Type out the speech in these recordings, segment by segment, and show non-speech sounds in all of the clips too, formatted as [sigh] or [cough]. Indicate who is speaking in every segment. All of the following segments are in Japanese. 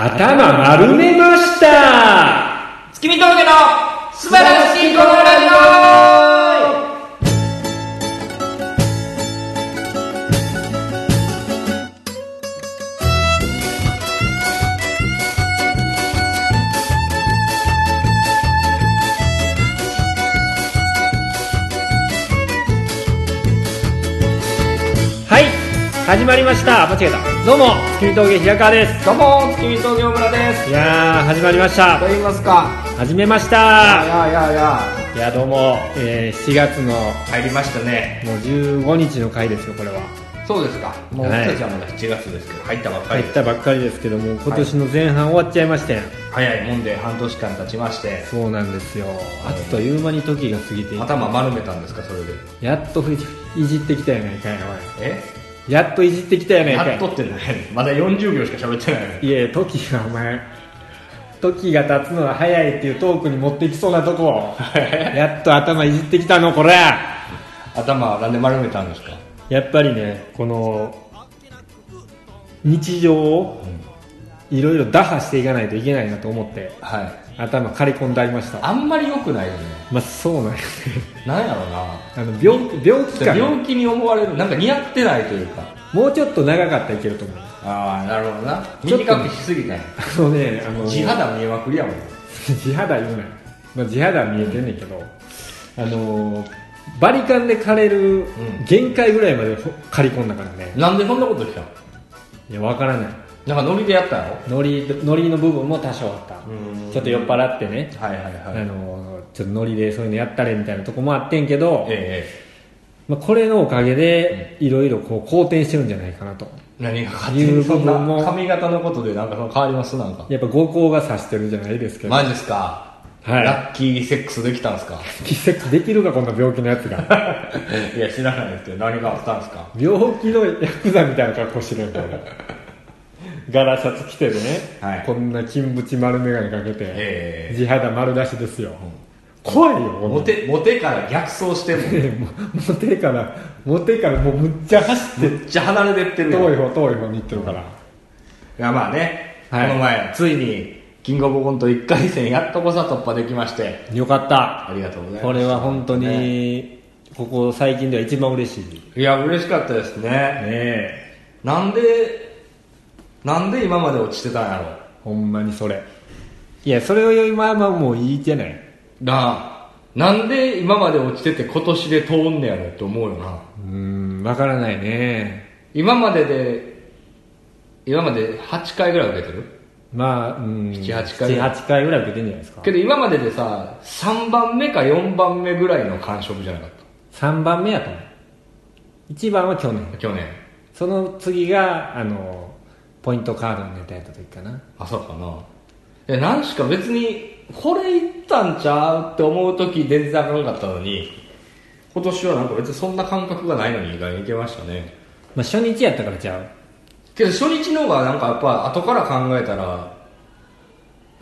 Speaker 1: 頭丸めました
Speaker 2: 月見峠の素晴らしいこのラジ
Speaker 1: はい始まりました間違えたどうも月見峠平川です
Speaker 2: オどうも月見峠村です
Speaker 1: いやー始まりました
Speaker 2: と言いますか
Speaker 1: 始めまし
Speaker 2: い
Speaker 1: た
Speaker 2: やいやいや
Speaker 1: いやどうも、えー、7月の
Speaker 2: 入りましたね
Speaker 1: もう15日の回ですよこれは
Speaker 2: そうですかもう
Speaker 1: はい
Speaker 2: 僕たちはまだ7月ですけど入ったばっか
Speaker 1: 入っ
Speaker 2: りです
Speaker 1: たばっかりですけども今年の前半終わっちゃいましてん、
Speaker 2: 早いもんで半年間経ちまして
Speaker 1: そうなんですよあっという間に時が過ぎていて
Speaker 2: 頭丸めたんですかそれで
Speaker 1: やっとふいじってきたやないかいお
Speaker 2: え
Speaker 1: いやっといじってきたやないかい
Speaker 2: やっとってないまだ40秒しか喋ってない
Speaker 1: いえ時がお前時が経つのは早いっていうトークに持ってきそうなとこやっと頭いじってきたのこれ
Speaker 2: 頭はなんで丸めたんですか
Speaker 1: やっぱりねこの日常をいろいろ打破していかないといけないなと思って
Speaker 2: はい
Speaker 1: 頭刈り込んでありました
Speaker 2: あんまり良くないよね
Speaker 1: まあそうなんやね
Speaker 2: なんやろうな
Speaker 1: あの病病気かな
Speaker 2: 病気に思われるなんか似合ってないというか
Speaker 1: もうちょっと長かったらいけると思う
Speaker 2: ああなるほどな
Speaker 1: ちょっと
Speaker 2: 短くしすぎない
Speaker 1: あのねあの
Speaker 2: 地肌見えまくりやもん
Speaker 1: [laughs] 地肌言うなよ、まあ、地肌見えてんねんけど、あのーバリカンで刈れる
Speaker 2: ん
Speaker 1: 限界ぐらいまでほ刈り込んだからね
Speaker 2: なんでそんなことしたの
Speaker 1: いや分からない
Speaker 2: なんかノリでやったの
Speaker 1: ノリノリの部分も多少あった
Speaker 2: うん
Speaker 1: ちょっと酔っ払ってね、
Speaker 2: はいはいは
Speaker 1: あ
Speaker 2: い
Speaker 1: のーちょっとノリでそういうのやったれみたいなとこもあってんけど、
Speaker 2: え
Speaker 1: まあ、これのおかげでいろいろこう好転してるんじゃないかなと
Speaker 2: え何が勝
Speaker 1: い
Speaker 2: 手
Speaker 1: う
Speaker 2: に
Speaker 1: 部
Speaker 2: そん
Speaker 1: 分も
Speaker 2: な髪型のことでなんかその変わりますなんか
Speaker 1: やっぱ合コンが指してるじゃないですけど
Speaker 2: マジですか
Speaker 1: はい
Speaker 2: ラッキーセックスできたんですか
Speaker 1: [laughs] 奇跡できるかこんな病気のやつが
Speaker 2: [laughs] いや知らないですけど何があったんですか
Speaker 1: 病気のヤクザみたいな格好してるやんか俺ガラシャツ着てね、
Speaker 2: はい
Speaker 1: こんな金縁丸眼鏡かけて、
Speaker 2: ええ
Speaker 1: 地肌丸出しですよ、怖いよこんな
Speaker 2: モテモテから逆走しても [laughs] め
Speaker 1: ええもモテからモテからもうむっちゃ走って
Speaker 2: っちゃ離れてってるやん
Speaker 1: 遠い方遠い方に行ってるから、
Speaker 2: いやまあね、
Speaker 1: はい
Speaker 2: この前ついにキングオブコント1回戦やっとこさ突破できまして
Speaker 1: よかった
Speaker 2: ありがとうございます
Speaker 1: これは本当に、
Speaker 2: ね
Speaker 1: ここ最近では一番嬉しいね
Speaker 2: いや嬉しかったですね
Speaker 1: え
Speaker 2: なんでなんで今まで落ちてたんやろ
Speaker 1: ほんまにそれいやそれを今はまあもういいじゃない
Speaker 2: なあなんで今まで落ちてて今年で通んねやろって思うよな
Speaker 1: うーんわからないね
Speaker 2: 今までで今まで8回ぐらい受けてる
Speaker 1: まあ、うん、
Speaker 2: 七八回
Speaker 1: 七八回ぐらい受けてんじゃないですか
Speaker 2: けど今まででさ3番目か4番目ぐらいの感触じゃなかっ
Speaker 1: 3番目やと思う1番は去
Speaker 2: た
Speaker 1: 年
Speaker 2: 去年
Speaker 1: その次があのポイントカードのネタやった時かな
Speaker 2: あそうかないや何しか別にこれいったんちゃうって思う時全然あかんかったのに今年はなんか別にそんな感覚がないのに意外にいけましたね
Speaker 1: まあ初日やったからちゃう
Speaker 2: けど初日の方がなんかやっぱ後から考えたら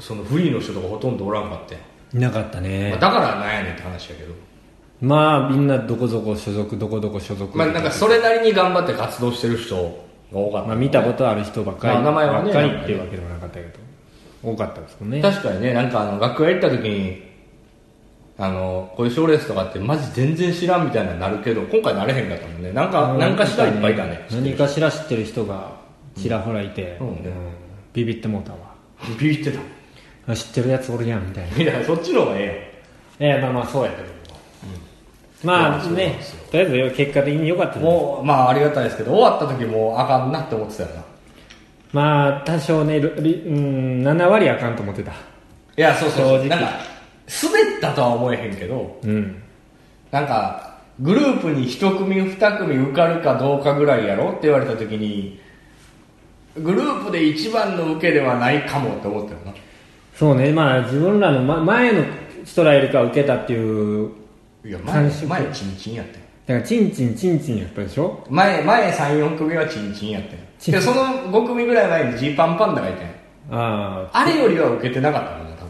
Speaker 2: そのフリーの人とかほとんどおらんかって、
Speaker 1: いなかった
Speaker 2: まあ
Speaker 1: ね
Speaker 2: だからなんやねんって話やけど、
Speaker 1: まあみんなどこどこ所属どこどこ所属
Speaker 2: まあ、なんかそれなりに頑張って活動してる人が多かった、
Speaker 1: まあ見たことある人ばっかり
Speaker 2: まあ名前はね
Speaker 1: ばっかりっていうわけでもなかったけど多かったですもんね
Speaker 2: 確かにねなんかあの学校行った時にあのこういう賞レースとかってマジ全然知らんみたいなのになるけど今回なれへんかったもんねなんかなんかしらいっぱいいたね
Speaker 1: 何かしら知ってる人がちらほらいて、
Speaker 2: うん
Speaker 1: ビビってもうたわ
Speaker 2: [laughs] ビビってた
Speaker 1: あ知ってるやつおるやんみたいな
Speaker 2: みたいなそっちの方がえ
Speaker 1: ええまあまあそうやけども、まあねとりあえず結果的に良かった
Speaker 2: え
Speaker 1: で
Speaker 2: やん
Speaker 1: す
Speaker 2: もうまあありがたいですけど終わった時もうあかんなって思ってたよない
Speaker 1: まあ多少ねルリうん7割あかんと思ってた
Speaker 2: やそうそう
Speaker 1: 正直
Speaker 2: なんか滑ったとは思えへんけど
Speaker 1: うん
Speaker 2: なんかグループに1組2組受かるかどうかぐらいやろって言われた時にグループで一番の受けではないかもって思ったよな
Speaker 1: そうねまあ自分らの、ま、前の人らよりかは受けたっていう
Speaker 2: いや
Speaker 1: 感
Speaker 2: 前
Speaker 1: 触
Speaker 2: 前チンチンやったよ
Speaker 1: だからチンチンチンチンやったでしょ
Speaker 2: 前前34組はチンチンやったよ
Speaker 1: チン
Speaker 2: でその5組ぐらい前にジーパンパンダがいたよ
Speaker 1: あ
Speaker 2: あれよりは受けてなかったもんな多
Speaker 1: あ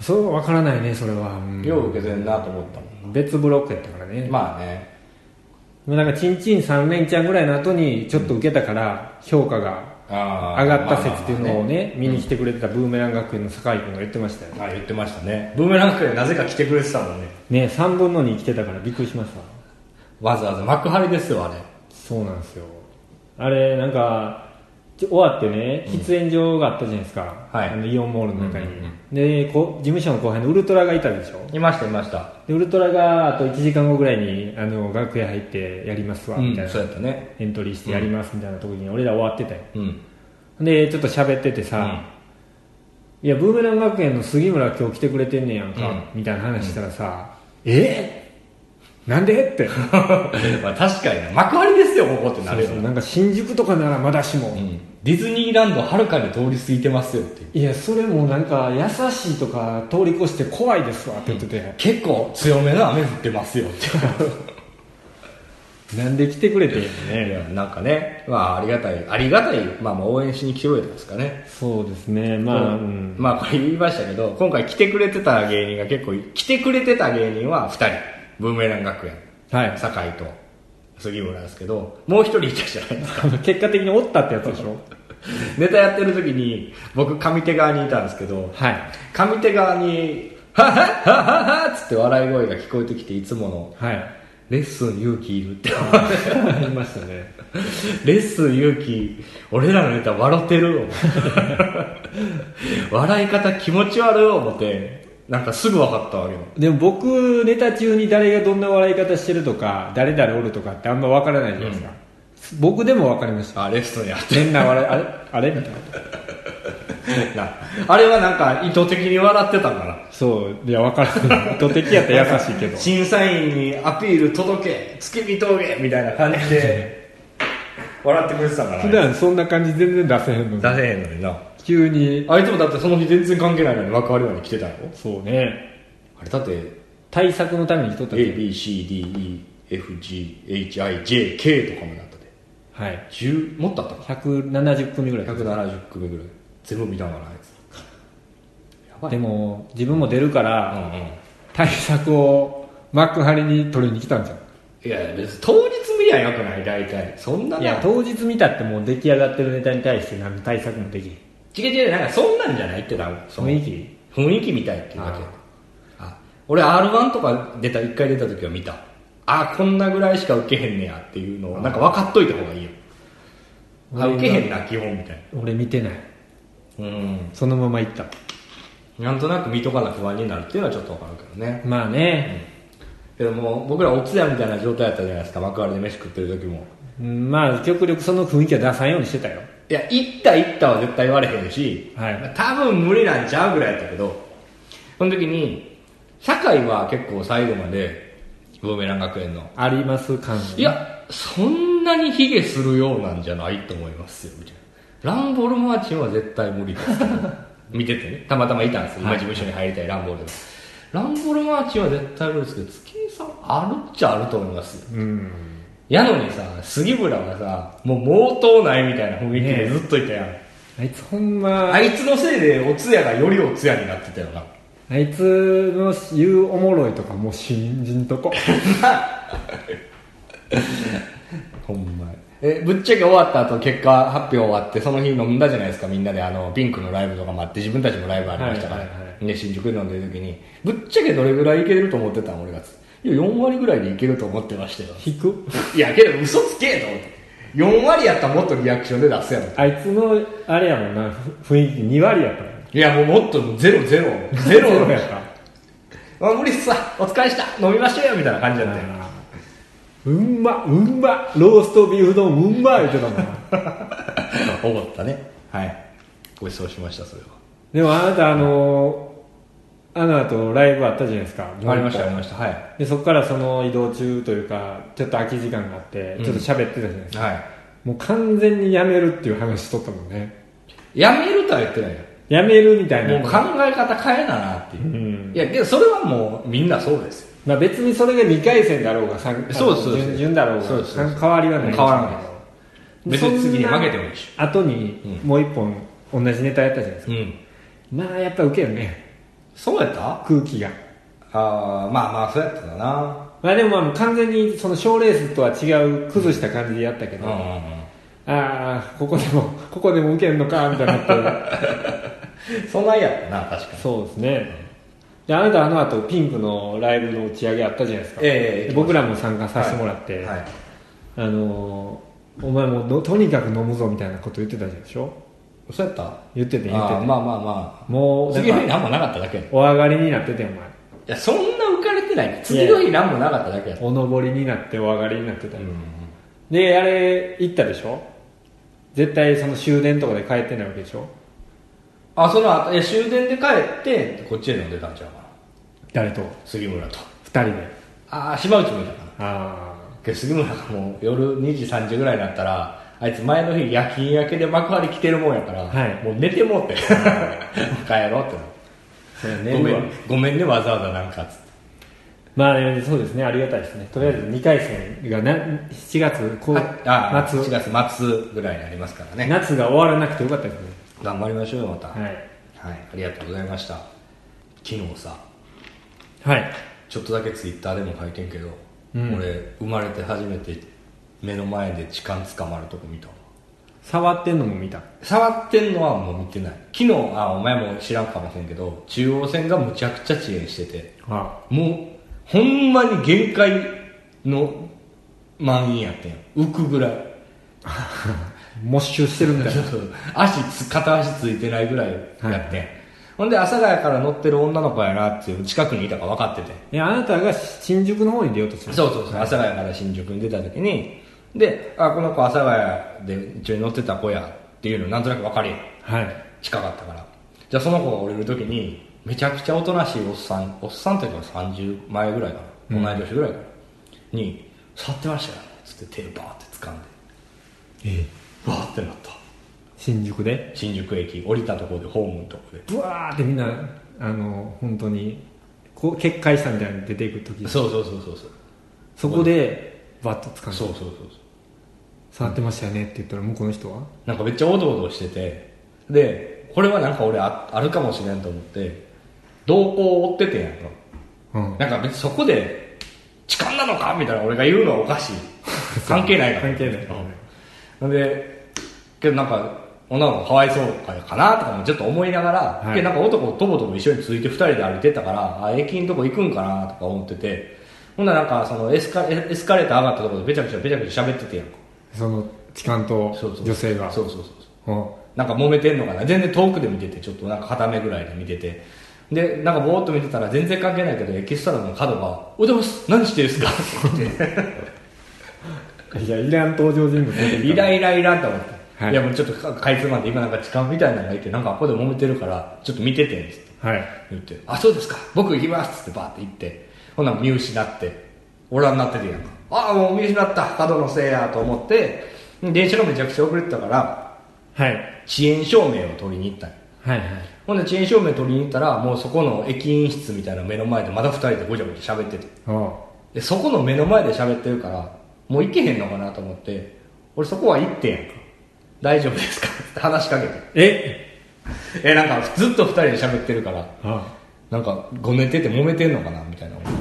Speaker 1: そう分からないねそれは、うん
Speaker 2: 分よう受けてんなと思ったも
Speaker 1: 別ブロックやったからね
Speaker 2: んまあね
Speaker 1: なんかチンチン3連チャンぐらいの後にちょっと受けたから評価が
Speaker 2: あー
Speaker 1: 上がった説っていうのをね見に来てくれてたブーメラン学園の酒井君が言ってましたよね
Speaker 2: あ言ってましたねブーメラン学園なぜか来てくれてたもんね
Speaker 1: ね3分の2来てたからびっくりしました
Speaker 2: わざわざ幕張ですよあれ
Speaker 1: そうなんですよあれなんかちょ終わってね喫煙所があったじゃないですか、
Speaker 2: はい
Speaker 1: あのイオンモールの中に、
Speaker 2: うんうん
Speaker 1: でこ事務所の後輩のウルトラがいたでしょ
Speaker 2: いましたいました
Speaker 1: でウルトラがあと1時間後ぐらいにあの楽屋入ってやりますわ
Speaker 2: う
Speaker 1: み
Speaker 2: ん
Speaker 1: たいな、
Speaker 2: そうやったね
Speaker 1: エントリーしてやりますみたいな時に俺ら終わってたよ
Speaker 2: うん
Speaker 1: でちょっと喋っててさ、いやブーメラン学園の杉村今日来てくれてんねやんか、
Speaker 2: う
Speaker 1: みたいな話したらさ、えーなんでって
Speaker 2: [laughs] まあ確かにね幕張ですよここってなるよ
Speaker 1: そうそ
Speaker 2: ね
Speaker 1: うなんか新宿とかならまだしも、
Speaker 2: うんディズニーランドはるかに通り過ぎてますよってい
Speaker 1: い
Speaker 2: う
Speaker 1: やそれもなんか優しいとか通り越して怖いですわって言ってて、
Speaker 2: 結構強めの雨降ってますよ
Speaker 1: [laughs]
Speaker 2: っ
Speaker 1: なんで来てくれてんの
Speaker 2: てい
Speaker 1: ね
Speaker 2: やなんかねまあありがたいありがたい、まあ、まあ応援しに来てくれたんですかね
Speaker 1: そうですねまあ、うん
Speaker 2: まあこれ言いましたけど今回来てくれてた芸人が結構来てくれてた芸人は2人ブーメラン学園
Speaker 1: はい
Speaker 2: 酒井と杉村ですけどもう一人いたじゃないですか
Speaker 1: 結果的におったってやつでしょ
Speaker 2: [laughs] ネタやってる時に僕上手側にいたんですけど
Speaker 1: はい
Speaker 2: 上手側に「ははははは」っつって笑い声が聞こえてきていつもの
Speaker 1: はい
Speaker 2: 「レッスン勇気いる」って [laughs]
Speaker 1: 言いましたね
Speaker 2: レッスン勇気俺らのネタ笑ってる [laughs] 思って笑い方気持ち悪い思ってなんかすぐ分かったわけよ
Speaker 1: でも僕ネタ中に誰がどんな笑い方してるとか誰々おるとかってあんま分からないじゃないですか、僕でも分かりました
Speaker 2: あレッスンやって
Speaker 1: 変な笑いあれあれみたいな
Speaker 2: なあれはなんか意図的に笑ってたんかな
Speaker 1: そういや分からない意図的やったら優しい [laughs] けど
Speaker 2: 審査員にアピール届け月見峠みたいな感じ [laughs] で笑ってくれてたから
Speaker 1: 普段そんな感じ全然出せへんのに
Speaker 2: 出せへんのにな
Speaker 1: 急に
Speaker 2: あいつもだってその日全然関係ないのに幕張まで来てたの
Speaker 1: そうね
Speaker 2: あれだって
Speaker 1: 対策のために撮ったけど
Speaker 2: ABCDEFGHIJK とかもなったで
Speaker 1: はい
Speaker 2: 10もっとあったか
Speaker 1: 170組ぐらい
Speaker 2: 170組ぐらい全部見たんかなあいつやばい
Speaker 1: でも自分も出るから、
Speaker 2: うんうん
Speaker 1: 対策を幕張に取りに来たんじゃん
Speaker 2: いや別に当日見りゃよくない大体そんない
Speaker 1: や
Speaker 2: な
Speaker 1: 当日見たってもう出来上がってるネタに対して何の対策もできへ
Speaker 2: 違う違うなんかそんなんじゃないって多分そ
Speaker 1: ん
Speaker 2: の
Speaker 1: 雰囲気
Speaker 2: 雰囲気みたいっていうだけあ俺 r 1とか出た1回出た時は見たあこんなぐらいしか受けへんねやっていうのをなんか分かっといた方がいいよあ
Speaker 1: 俺
Speaker 2: 受けへんな基本みたい
Speaker 1: 俺見てない
Speaker 2: なうん
Speaker 1: そのまま行った
Speaker 2: なんとなく見とかな不安になるっていうのはちょっと分かるけどね
Speaker 1: まあね、
Speaker 2: けどもう僕らお通夜みたいな状態やったじゃないですか幕張で飯食ってる時も
Speaker 1: うんまあ極力その雰囲気は出さんようにしてたよ
Speaker 2: いや行った行ったは絶対言われへんし、
Speaker 1: はい
Speaker 2: 多分無理なんちゃうぐらいやったけどその時に酒井は結構最後までブーメラン学園の
Speaker 1: あります感
Speaker 2: いや、そんなに卑下するようなんじゃないと思いますよ、みたいな。ランボルマーチンは絶対無理です
Speaker 1: [laughs]
Speaker 2: けど見ててね、たまたまいたんですよ、今事務所に入りたいランボルでも。ランボルマーチンは絶対無理ですけど、月井さんあるっちゃあると思いますよ。
Speaker 1: うん
Speaker 2: やのにさ、杉村はさ、もう毛頭ないみたいな雰囲気でずっといたやん。
Speaker 1: あいつほんま
Speaker 2: あいつのせいでお通夜がよりお通夜になってたよな。
Speaker 1: あいつの言うおもろいとかもう信じん
Speaker 2: [laughs]
Speaker 1: とこ
Speaker 2: ほんまえ、ぶっちゃけ終わった後、結果発表終わって、その日飲んだじゃないですか、みんなで、あの、ピンクのライブとかもあって、自分たちもライブありましたから、
Speaker 1: はいはいは
Speaker 2: で新宿で飲んでる時に、ぶっちゃけどれぐらいいけると思ってたん俺が。いや、4割ぐらいでいけると思ってましたよ。
Speaker 1: 引く
Speaker 2: いや、けど嘘つけと思って。4割やったらもっとリアクションで出すやろ。
Speaker 1: あいつのあれやもんなふ雰囲気2割やったもん
Speaker 2: いや、もうもっとゼロゼ [laughs] ロ。ゼロ
Speaker 1: やった
Speaker 2: あ、無理っすわ。お疲れした。飲みましょうよ。みたいな感じだったよ。
Speaker 1: うんまうんまローストビーフ丼うんま言ってたもん
Speaker 2: [laughs] 思ったね。はい。ごちそうしました、それは。
Speaker 1: でもあなたあのあの後ライブあったじゃないですか
Speaker 2: ありました、ありました。はい。
Speaker 1: でそこからその移動中というかちょっと空き時間があってちょっと喋ってたじゃないですか、
Speaker 2: はい。
Speaker 1: もう完全にやめるっていう話しとったもんね
Speaker 2: やめるとは言ってないよ
Speaker 1: やめるみたいな
Speaker 2: もう考え方変えななっていう、
Speaker 1: ん
Speaker 2: いやけどそれはもうみんなそうですよ
Speaker 1: まあ、別にそれが2回戦だろうが3
Speaker 2: [laughs] そうそうそう
Speaker 1: 順順だろうが
Speaker 2: そうそうそう
Speaker 1: 変わりはない
Speaker 2: 変わらないです別に次に負けてもいいし
Speaker 1: し後にもう一本同じネタやったじゃないですか、
Speaker 2: うん
Speaker 1: まあやっぱウケるね
Speaker 2: そうやったあ
Speaker 1: 空気が
Speaker 2: あーまあまあそうやったかな
Speaker 1: まあでもまあ完全にその賞レースとは違う崩した感じでやったけ
Speaker 2: う
Speaker 1: ど、
Speaker 2: んうんうん
Speaker 1: ああここでも [laughs] ここでも受けんのかみたいにな
Speaker 2: [laughs]
Speaker 1: って
Speaker 2: そんなんやったな確かに
Speaker 1: そうですねであなたあの後ピンクのライブの打ち上げあったじゃないですか、
Speaker 2: ええ
Speaker 1: で僕らも参加させてもらって、
Speaker 2: はい
Speaker 1: あのーお前もうのとにかく飲むぞみたいなこと言ってたでしょ
Speaker 2: そうやった
Speaker 1: 言ってて言ってて
Speaker 2: あーまあまあま
Speaker 1: も
Speaker 2: あ
Speaker 1: うなん
Speaker 2: 次の日
Speaker 1: か
Speaker 2: 何もなかっただけやい
Speaker 1: お上がりになっててお前
Speaker 2: やそんな浮かれてない次の日何もなかっただけやった
Speaker 1: お登りになってお上がりになってた、
Speaker 2: うん
Speaker 1: であれ行ったでしょ絶対その終電とかで帰ってないわけでしょ
Speaker 2: あその後いや終電で帰ってこっちへ飲んでたんちゃうかな
Speaker 1: 誰と
Speaker 2: 杉村と
Speaker 1: 2人で
Speaker 2: ああ島内もいたかな
Speaker 1: あ
Speaker 2: けど杉村がもう夜2時3時ぐらいになったらあいつ前の日夜勤明けで幕張来てるもんやから、
Speaker 1: はい
Speaker 2: もう寝てもうて [laughs] もう帰ろうってな
Speaker 1: あそうや
Speaker 2: ごめ
Speaker 1: まあ
Speaker 2: んごめんねわざわざなんかっつって
Speaker 1: まあねそうですねありがたいですねとりあえず2回戦がな7月こう
Speaker 2: あ
Speaker 1: 夏
Speaker 2: 7月末ぐらいになりますからね
Speaker 1: 夏が終わらなくてよかったですね
Speaker 2: 頑張りましょうよまた、はい
Speaker 1: はい
Speaker 2: ありがとうございました昨日さ
Speaker 1: はい
Speaker 2: ちょっとだけツイッターでも書いてんけど、
Speaker 1: うん
Speaker 2: 俺生まれて初めて目の前で痴漢捕まるとこ見たわ
Speaker 1: 触ってんのも見た
Speaker 2: 触ってんのはもう見てない昨日あお前も知らんかもしれんけど中央線がむちゃくちゃ遅延してて
Speaker 1: あ
Speaker 2: もうほんまに限界の満員やってん浮くぐらい [laughs]
Speaker 1: 没収してるみたい
Speaker 2: ちょ
Speaker 1: な
Speaker 2: っと足つ片足ついてないぐらいやってん、ほんで阿佐ヶ谷から乗ってる女の子やなっていう近くにいたか分かってて
Speaker 1: えあなたが新宿の方に出ようとしてる
Speaker 2: そうそうそう阿佐ヶ谷から新宿に出た時にであこの子阿佐ヶ谷で一緒に乗ってた子やっていうのなんとなく分かるやん
Speaker 1: はい
Speaker 2: 近かったからじゃあその子が降りる時にめちゃくちゃおとなしいおっさんおっさんというか30前ぐらいかな同い年ぐらいかな、に「触ってましたよ」つって手バーって掴んで
Speaker 1: え
Speaker 2: バーってなった
Speaker 1: 新宿で
Speaker 2: 新宿駅降りたところでホームのところで
Speaker 1: ブワーってみんなあの本当にこう決壊したみたいに出ていく時
Speaker 2: そうそうそうそうそう
Speaker 1: そこでバッと掴んで
Speaker 2: そうそうそうそう
Speaker 1: 触ってましたよねって言ったら向こうの人は
Speaker 2: なんかめっちゃおどおどしててでこれはなんか俺ああるかもしれんと思って動向を追っててんやんか
Speaker 1: うん
Speaker 2: なんか別にそこで痴漢なのかみたいな俺が言うのはおか
Speaker 1: [laughs]
Speaker 2: しい関係ないから
Speaker 1: 関係ない
Speaker 2: うんなんでけどなんか女の子かわいそうかなとかもちょっと思いながら、
Speaker 1: はい
Speaker 2: でなんか男とぼとぼ一緒について2人で歩いてたからあ駅のとこ行くんかなとか思っててほんならなんかそのエスカエエスカレーター上がったところでべちゃくちゃべちゃくちゃ喋っててやんか
Speaker 1: その痴漢と
Speaker 2: そうそう
Speaker 1: 女性が
Speaker 2: そうそうそうそう
Speaker 1: うん
Speaker 2: なんか揉めてんのかな全然遠くで見ててちょっとなんか片目ぐらいで見ててでなんかぼーっと見てたら全然関係ないけどエキストラの角が「おはようございます何してるんですか?」って言っ
Speaker 1: いやいらん登場人物出てきた
Speaker 2: て「イライライラ」と思って、
Speaker 1: はい
Speaker 2: い、やもうちょっとかかいつまんで今なんか痴漢みたいなのがいてなんかここで揉めてるからちょっと見ててんですって
Speaker 1: はい
Speaker 2: 言って「あそうですか僕行きます」ってバーって行ってほんなら見失っておらんなってるやんかああもう見失った角のせいやと思って電車がめちゃくちゃ遅れてたから
Speaker 1: はい
Speaker 2: 遅延証明を取りに行ったんよ
Speaker 1: はいはい
Speaker 2: ほんで遅延証明取りに行ったらもうそこの駅員室みたいな目の前でまだ2人でごちゃごちゃ喋ってて
Speaker 1: おう
Speaker 2: でそこの目の前で喋ってるからもう行けへんのかなと思って俺そこは行ってんやんか大丈夫ですかって話しかけて
Speaker 1: え
Speaker 2: えなんかずっと2人で喋ってるから
Speaker 1: あ
Speaker 2: なんかごねてて揉めてんのかなみたいな思っ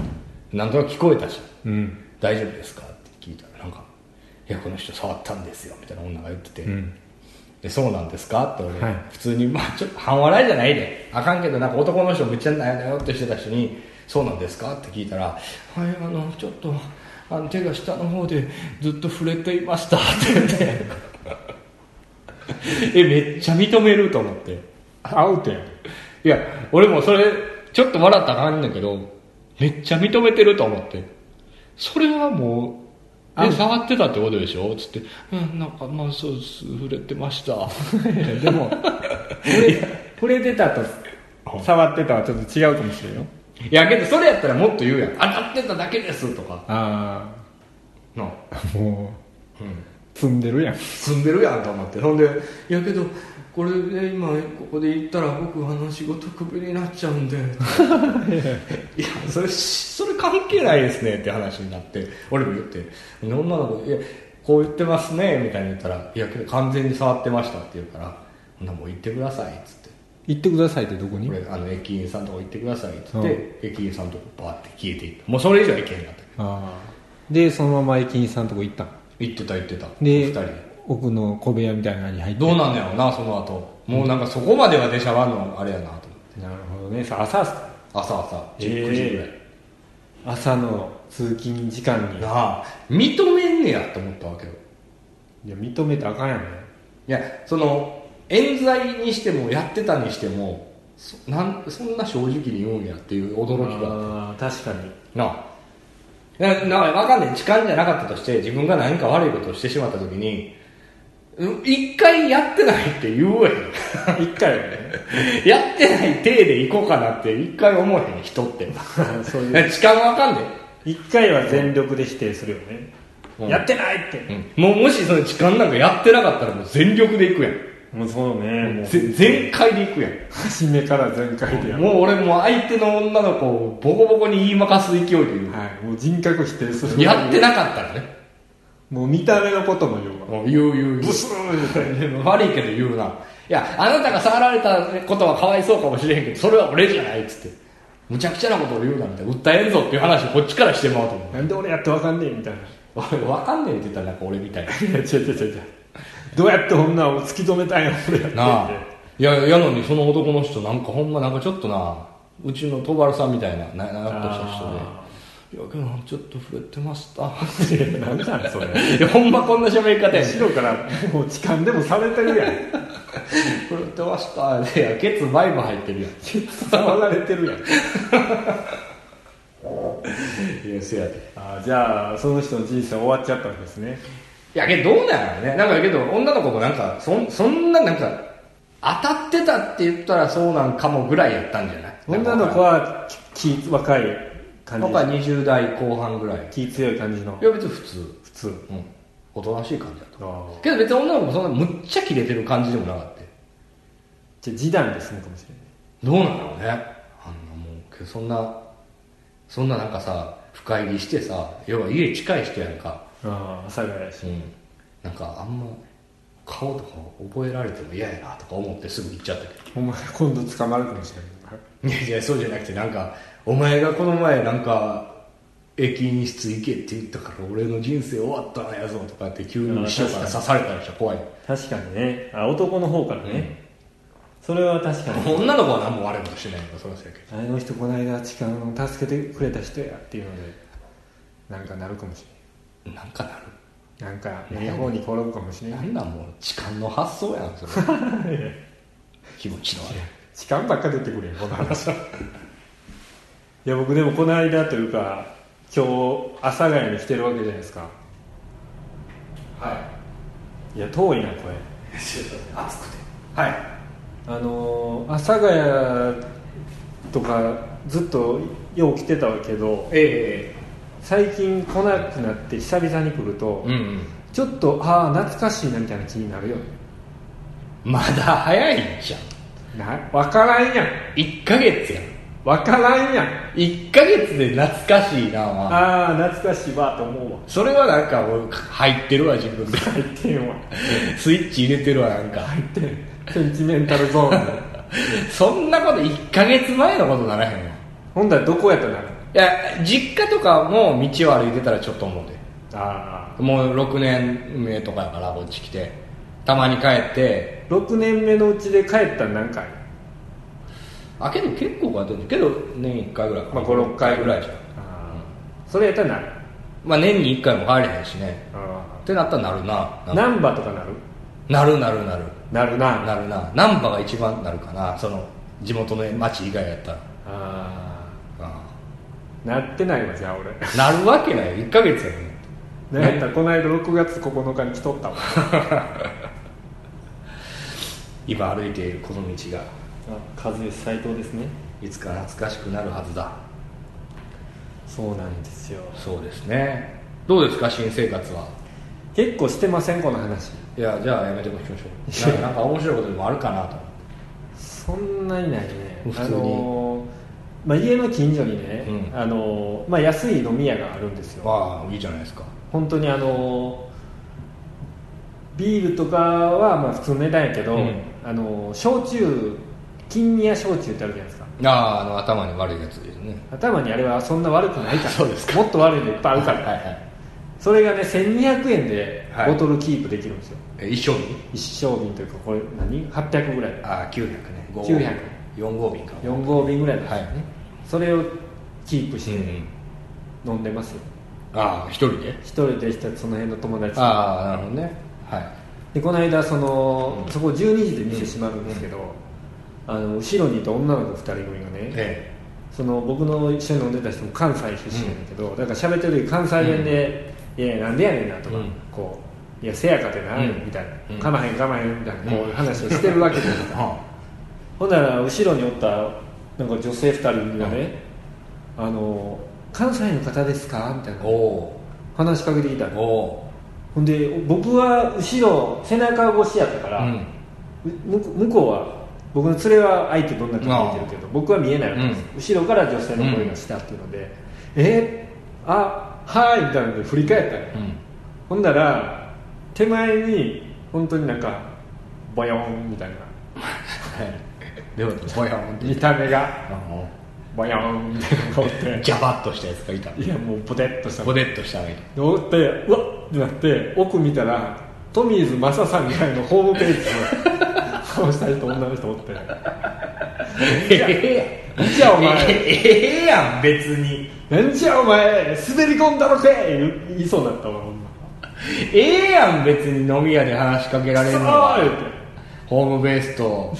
Speaker 2: てなんとなく聞こえたし
Speaker 1: うん
Speaker 2: 大丈夫ですかって聞いたらなんか「いやこの人触ったんですよ」みたいな女が言ってて、
Speaker 1: うん
Speaker 2: でそうなんですかって俺、
Speaker 1: はい
Speaker 2: 普通にまあちょっと半笑いじゃないであかんけどなんか男の人めっちゃ悩よってしてた人に「そうなんですか?」って聞いたら「はいあのちょっとあの手が下の方でずっと触れていました」って
Speaker 1: [laughs]
Speaker 2: 言ってえめっちゃ認めると思って
Speaker 1: アウトやん
Speaker 2: いや俺もそれちょっと笑ったらあかんねんけどめっちゃ認めてると思ってそれはもう
Speaker 1: あ
Speaker 2: え触ってたってことでしょつって「うんなんかまあそうです触れてました」
Speaker 1: [laughs] でも触れ触れてたと触ってたはちょっと違うかもしれんよ
Speaker 2: いやけどそれやったらもっと言うやん当たってただけですとか
Speaker 1: あ
Speaker 2: な
Speaker 1: あも
Speaker 2: うん
Speaker 1: う積んでるやん
Speaker 2: 住んでるやんと思ってほんでいやけどこれで今ここで行ったら僕あの仕事クビになっちゃうんで [laughs] いやそれそれ関係ないですねって話になって俺も言って女の子「いやこう言ってますね」みたいに言ったら「いやけど完全に触ってました」って言うから「ほんならもう行ってください」っつって
Speaker 1: 行ってくださいってどこに
Speaker 2: これあの駅員さんとこ行ってくださいっつって、駅員さんとこバーって消えていったもうそれ以上は行けへんかった
Speaker 1: ああでそのまま駅員さんのとこ行ったの
Speaker 2: 行ってた行ってた
Speaker 1: で
Speaker 2: 二人で
Speaker 1: 奥の小部屋みたいなのに入って
Speaker 2: どうなんのやろうなその後もうなんかそこまでは出しゃばんのあれやなと思って
Speaker 1: なるほどねさ朝
Speaker 2: 朝朝
Speaker 1: ええ
Speaker 2: 10時ぐらい、
Speaker 1: 朝の通勤時間に
Speaker 2: なあ認めんねやと思ったわけよ
Speaker 1: いや認めたらあかんやね
Speaker 2: いやその冤罪にしてもやってたにしてもそなんそんな正直に言うんやっていう驚きが
Speaker 1: ああ確かに
Speaker 2: なあななわかんない痴漢じゃなかったとして自分が何か悪いことをしてしまった時にうん一回やってないって言うわよ
Speaker 1: 一回はね
Speaker 2: やってない体で行こうかなって一回思えへん人って
Speaker 1: [laughs] そういう
Speaker 2: 痴漢わかんね
Speaker 1: 一回は全力で否定するよね、
Speaker 2: うん
Speaker 1: やってないって、
Speaker 2: ん、もうもしその痴漢なんかやってなかったらもう全力で行くやん
Speaker 1: もうそうねもう
Speaker 2: ぜ全開で行くやん
Speaker 1: 初めから全開でやる
Speaker 2: もう俺もう相手の女の子をボコボコに言いまかす勢いで言う
Speaker 1: はいもう人格否定する
Speaker 2: やってなかったらね
Speaker 1: もう見た目のことも言うわ
Speaker 2: もう言う言う
Speaker 1: ブスーみたいな
Speaker 2: 言う悪いけど言うないやあなたが触られたことはかわいそうかもしれへんけどそれは俺じゃないっつってむちゃくちゃなことを言うなみたいな訴えんぞっていう話をこっちからしてもらうと思
Speaker 1: なんで俺やってわかんねえみたいな
Speaker 2: う [laughs] わかんねえって言ったらなんか俺みたいない
Speaker 1: や違う違う違う違うどうやって女を突き止めたいの俺やってんで
Speaker 2: なあいややのにその男の人なんかほんまなんかちょっとなうちの戸原さんみたいなななやっとした人で「いやけどちょっと触れてました」 [laughs]
Speaker 1: いやなんなんそれ
Speaker 2: いやほんまこんな喋り方やねん
Speaker 1: 後ろからもう痴漢でもされてるやん
Speaker 2: これってましたいやケツバイブ入ってるや
Speaker 1: 触られてるやん
Speaker 2: んいやせやで
Speaker 1: あーじゃあその人の人生終わっちゃったんですね
Speaker 2: いやけどどうなんやろねなんかけど女の子もなんかそんそんななんか当たってたって言ったらそうなんかもぐらいやったんじゃない
Speaker 1: 女の子は気気若い感
Speaker 2: 僕は
Speaker 1: じ
Speaker 2: 20代後半ぐらいい
Speaker 1: 気強い感じの
Speaker 2: や別に普通
Speaker 1: 普通
Speaker 2: うんおとなしい感じだった
Speaker 1: あ
Speaker 2: けど別に女の子もそんなむっちゃキレてる感じでもなかったよ
Speaker 1: じゃあ示談で済むかもしれない
Speaker 2: どうなのねあんなもうけそんなそんななんかさ深入りしてさ要は家近い人やんか
Speaker 1: ああ阿佐ヶ谷やし
Speaker 2: うん、なんかあんま顔とか覚えられても嫌やなとか思ってすぐ行っちゃったけ
Speaker 1: お前今度捕まるかもしれない
Speaker 2: どいやいやそうじゃなくてなんかお前がこの前なんか駅員室行けって言ったから俺の人生終わったんやぞとかって急に後ろから刺されたりしたら怖い
Speaker 1: 確かにねあ男の方からね、
Speaker 2: うん
Speaker 1: それは確かに
Speaker 2: 女の子は何も悪いことしないからそれはせやけど
Speaker 1: あの人この間痴漢を助けてくれた人やっていうのでなんかなるかもし
Speaker 2: なんかなる
Speaker 1: れないなんかええ方に転ぶかもしれな
Speaker 2: ないんなんもう痴漢の発想やんそれ [laughs] 気持ちの悪い
Speaker 1: 痴漢ばっか出てくるよこの話いや僕でもこの間というか今日阿佐ヶ谷に来てるわけじゃないですか
Speaker 2: はい
Speaker 1: や遠いなこれ
Speaker 2: 熱くてはい
Speaker 1: あのー阿佐ヶ谷とかずっとよう来てたけど
Speaker 2: え
Speaker 1: 最近来なくなって久々に来ると、
Speaker 2: うんうん
Speaker 1: ちょっとああ懐かしいなみたいな気になるよね
Speaker 2: まだ早いんじゃん
Speaker 1: な分からんやん
Speaker 2: 1ヶ月やん
Speaker 1: 分からんやん
Speaker 2: 1ヶ月で懐かしいな、まあ、
Speaker 1: ああ懐かしいわと思うわ
Speaker 2: それはなんか俺入ってるわ自分 [laughs] で
Speaker 1: 入ってんわ
Speaker 2: スイッチ入れてるわなんか
Speaker 1: 入ってんセンチメンタルゾーン
Speaker 2: [laughs]
Speaker 1: で
Speaker 2: そんなこと1ヶ月前のことならへんわ
Speaker 1: ほんだらどこやったらなる
Speaker 2: いや実家とかも道を歩いてたらちょっと思うで
Speaker 1: ああ
Speaker 2: もう6年目とかやからこっち来てたまに帰って
Speaker 1: 6年目のうちで帰ったら何回
Speaker 2: あけど結構帰ってるけど年1回ぐらいか
Speaker 1: ま
Speaker 2: な
Speaker 1: あ56回
Speaker 2: ぐらいじゃん
Speaker 1: あーそれやったらなる
Speaker 2: まあ年に1回も帰れへんしね
Speaker 1: あ
Speaker 2: ってなったらなるな
Speaker 1: あ難波とかなる
Speaker 2: なるなるなる
Speaker 1: なるな
Speaker 2: なるな難波が一番なるかなその地元の町以外やったら
Speaker 1: あ
Speaker 2: あ
Speaker 1: あなってないわじゃあ俺
Speaker 2: あなるわけない1ヶ月やね
Speaker 1: なんやったらこの間6月9日に来とったわ
Speaker 2: 今歩いているこの道が
Speaker 1: 和義斎藤ですね
Speaker 2: いつか懐かしくなるはずだ
Speaker 1: そうなんですよ
Speaker 2: そうですねどうですか新生活は
Speaker 1: 結構してませんこの話
Speaker 2: いやじゃあやめておきましょう [laughs] なんかなんか面白いことでもあるかなと思って
Speaker 1: そんなにないね
Speaker 2: 普通に
Speaker 1: あのーまあ、家の近所にね、
Speaker 2: うん
Speaker 1: あのーまあ、安い飲み屋があるんですよ
Speaker 2: まあいいじゃないですか
Speaker 1: 本当にあのービールとかはまあ普通の値段やけど、
Speaker 2: うん
Speaker 1: あのー焼酎金宮焼酎ってあるじゃないですか
Speaker 2: あああの頭に悪いやつですね
Speaker 1: 頭にあれはそんな悪くないから
Speaker 2: [laughs] そうです
Speaker 1: もっと悪いのいっぱいあるから、
Speaker 2: はいはい
Speaker 1: それがね1200円で
Speaker 2: はい
Speaker 1: ボトルキープできるんですよ、
Speaker 2: え一生に
Speaker 1: 一升瓶というかこれ何800ぐらい
Speaker 2: あ900ね5
Speaker 1: 900
Speaker 2: 4合瓶か
Speaker 1: 4合瓶ぐらいのですよね、
Speaker 2: はい
Speaker 1: それをキープし
Speaker 2: うんう
Speaker 1: て
Speaker 2: ん
Speaker 1: 飲んでますよ、
Speaker 2: ああ一人で
Speaker 1: 一人でしたその辺の友達と
Speaker 2: ああなるほどねはい
Speaker 1: でこの間その、
Speaker 2: うん
Speaker 1: そこ12時で店閉まるんですけど、あの後ろにいた女の子2人組がね、
Speaker 2: え
Speaker 1: その僕の一緒に飲んでた人も関西出身やねんけど、だから喋ってる時関西弁で「いやいやなんでやねんな」とか、
Speaker 2: うん
Speaker 1: こう「いやせやかてな」
Speaker 2: うん
Speaker 1: みたいな「
Speaker 2: うん
Speaker 1: かまへんかまへん」みたいなこ
Speaker 2: う
Speaker 1: うん話をしてるわけですよ、
Speaker 2: えは
Speaker 1: ほんなら後ろにおったなんか女性2人がね「あの関西の方ですか?」みたいな
Speaker 2: あお
Speaker 1: 話しかけてきた
Speaker 2: ー
Speaker 1: の
Speaker 2: お
Speaker 1: ほんで僕は後ろ背中越しやったか
Speaker 2: ー
Speaker 1: ら、う向こ向こうは僕の連れは相手どんな顔見えてるけど僕は見えないわけです、後ろから女性の声がしたっていうので「えーあはーい」みたいなので振り返ったのよ、
Speaker 2: うん
Speaker 1: ほんなら手前に本当になんかボヨンみたいな
Speaker 2: でもボヤンって
Speaker 1: 見た目が
Speaker 2: あの
Speaker 1: ボヨンみたいなのがおって
Speaker 2: ジャバッとしたやつがいた
Speaker 1: いやもうポテッとした
Speaker 2: ポ
Speaker 1: の
Speaker 2: テッとしたのがい
Speaker 1: でおってうわっってなって奥見たらトミーズ正さん以外のホームページを [laughs] そうした人女の人おって
Speaker 2: たええ
Speaker 1: じゃあお前
Speaker 2: ええやん別に
Speaker 1: なんじゃお前滑り込んだろけ言いそうだったわほんま
Speaker 2: ええやん別に飲み屋で話しかけられるのは
Speaker 1: そう言う
Speaker 2: ホームベースと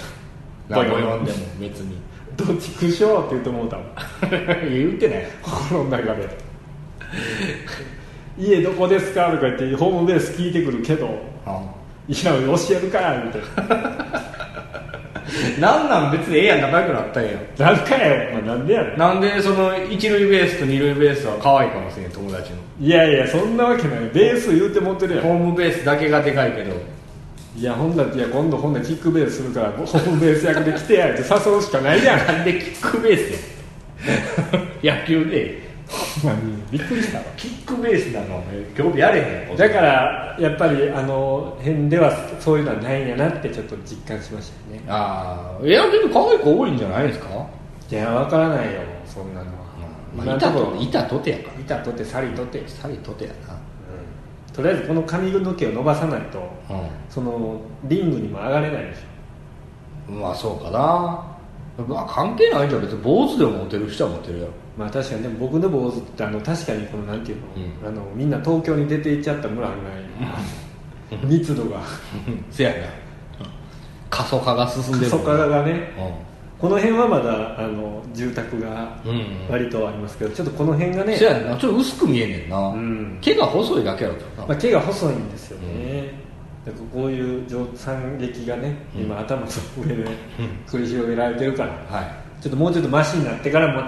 Speaker 2: 名
Speaker 1: ボヨン
Speaker 2: 古屋でも別に [laughs]
Speaker 1: てどっち苦笑って言ってもうたもん
Speaker 2: 言ってない
Speaker 1: 心の中で家どこですかとか言ってホームベース聞いてくるけどい
Speaker 2: あ
Speaker 1: や教えるかみたい
Speaker 2: なんなん別にええやん仲良くなったらええやん
Speaker 1: ななんかよ、まあ、なんでやね
Speaker 2: なんでその一塁ベースと二塁ベースは可愛いかもしれん友達の
Speaker 1: んいやいやそんなわけないベース言うて持ってるや
Speaker 2: ホ
Speaker 1: ん
Speaker 2: ームベースだけがでかいけど
Speaker 1: いやほんだっていや今度ほんならキックベースするからホームベース役で来てやって誘うしかないやん
Speaker 2: なんでキックベースやん [laughs] 野球で
Speaker 1: ほんまにびっくりしたわ
Speaker 2: キックベースなの興味あれへん
Speaker 1: だからやっぱりあの辺ではそういうのはないんやなってちょっと実感しましたね
Speaker 2: ああいやけど可愛い子多いんじゃないですか、
Speaker 1: いやわからないよそんなのは、
Speaker 2: ま
Speaker 1: 今の
Speaker 2: あ、板
Speaker 1: とこと
Speaker 2: 板とてやから
Speaker 1: 板取ってサリ取って、うん
Speaker 2: サリとてや
Speaker 1: とりあえずこの髪の毛を伸ばさないと
Speaker 2: な
Speaker 1: そのリングにも上がれないでし
Speaker 2: うんまあそうかなまあ関係ないじゃん別に坊主でもモテる人はモテるやろ
Speaker 1: ょまあ確かにでも僕の坊主ってあの確かにこのなんていう
Speaker 2: う
Speaker 1: の,、あのみんな東京に出て行っちゃった村がない密度が
Speaker 2: せやな過疎化が進ん [laughs] でる
Speaker 1: そこからがね
Speaker 2: う
Speaker 1: この辺はまだあの住宅が
Speaker 2: ん、うん
Speaker 1: 割とありますけどちょっとこの辺がね
Speaker 2: せやなちょっと薄く見えんねんな、
Speaker 1: うん
Speaker 2: 毛が細いだけやろけど
Speaker 1: ま
Speaker 2: な
Speaker 1: あ、毛が細いんですよね、だからこういう上惨劇がね今頭の上で繰り広げられてるから
Speaker 2: は
Speaker 1: ちょっともうちょっとマシになってからま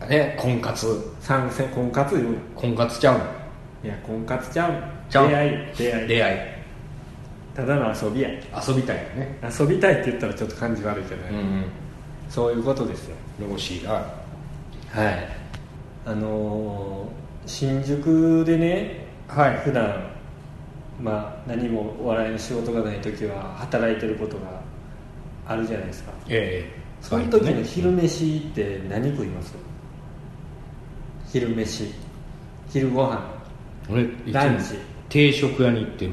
Speaker 1: た
Speaker 2: いね婚活
Speaker 1: 参戦婚活言うよ
Speaker 2: 婚活ちゃうの
Speaker 1: いや婚活ちゃう
Speaker 2: ちゃう
Speaker 1: 出会い出会い
Speaker 2: 出会い
Speaker 1: ただの遊びや
Speaker 2: 遊びたいよね
Speaker 1: 遊びたいって言ったらちょっと感じ悪いじゃない、
Speaker 2: うん
Speaker 1: そういうことですよ
Speaker 2: うんよろしいな
Speaker 1: はいあのー新宿でね
Speaker 2: は
Speaker 1: 普段まあ何もお笑いの仕事がない時は働いてることがあるじゃないですか
Speaker 2: ええ
Speaker 1: その時
Speaker 2: バイト
Speaker 1: の
Speaker 2: ね
Speaker 1: 昼飯って何食います昼飯昼ご飯
Speaker 2: 俺いつも
Speaker 1: ランチ
Speaker 2: 定食屋に行ってる、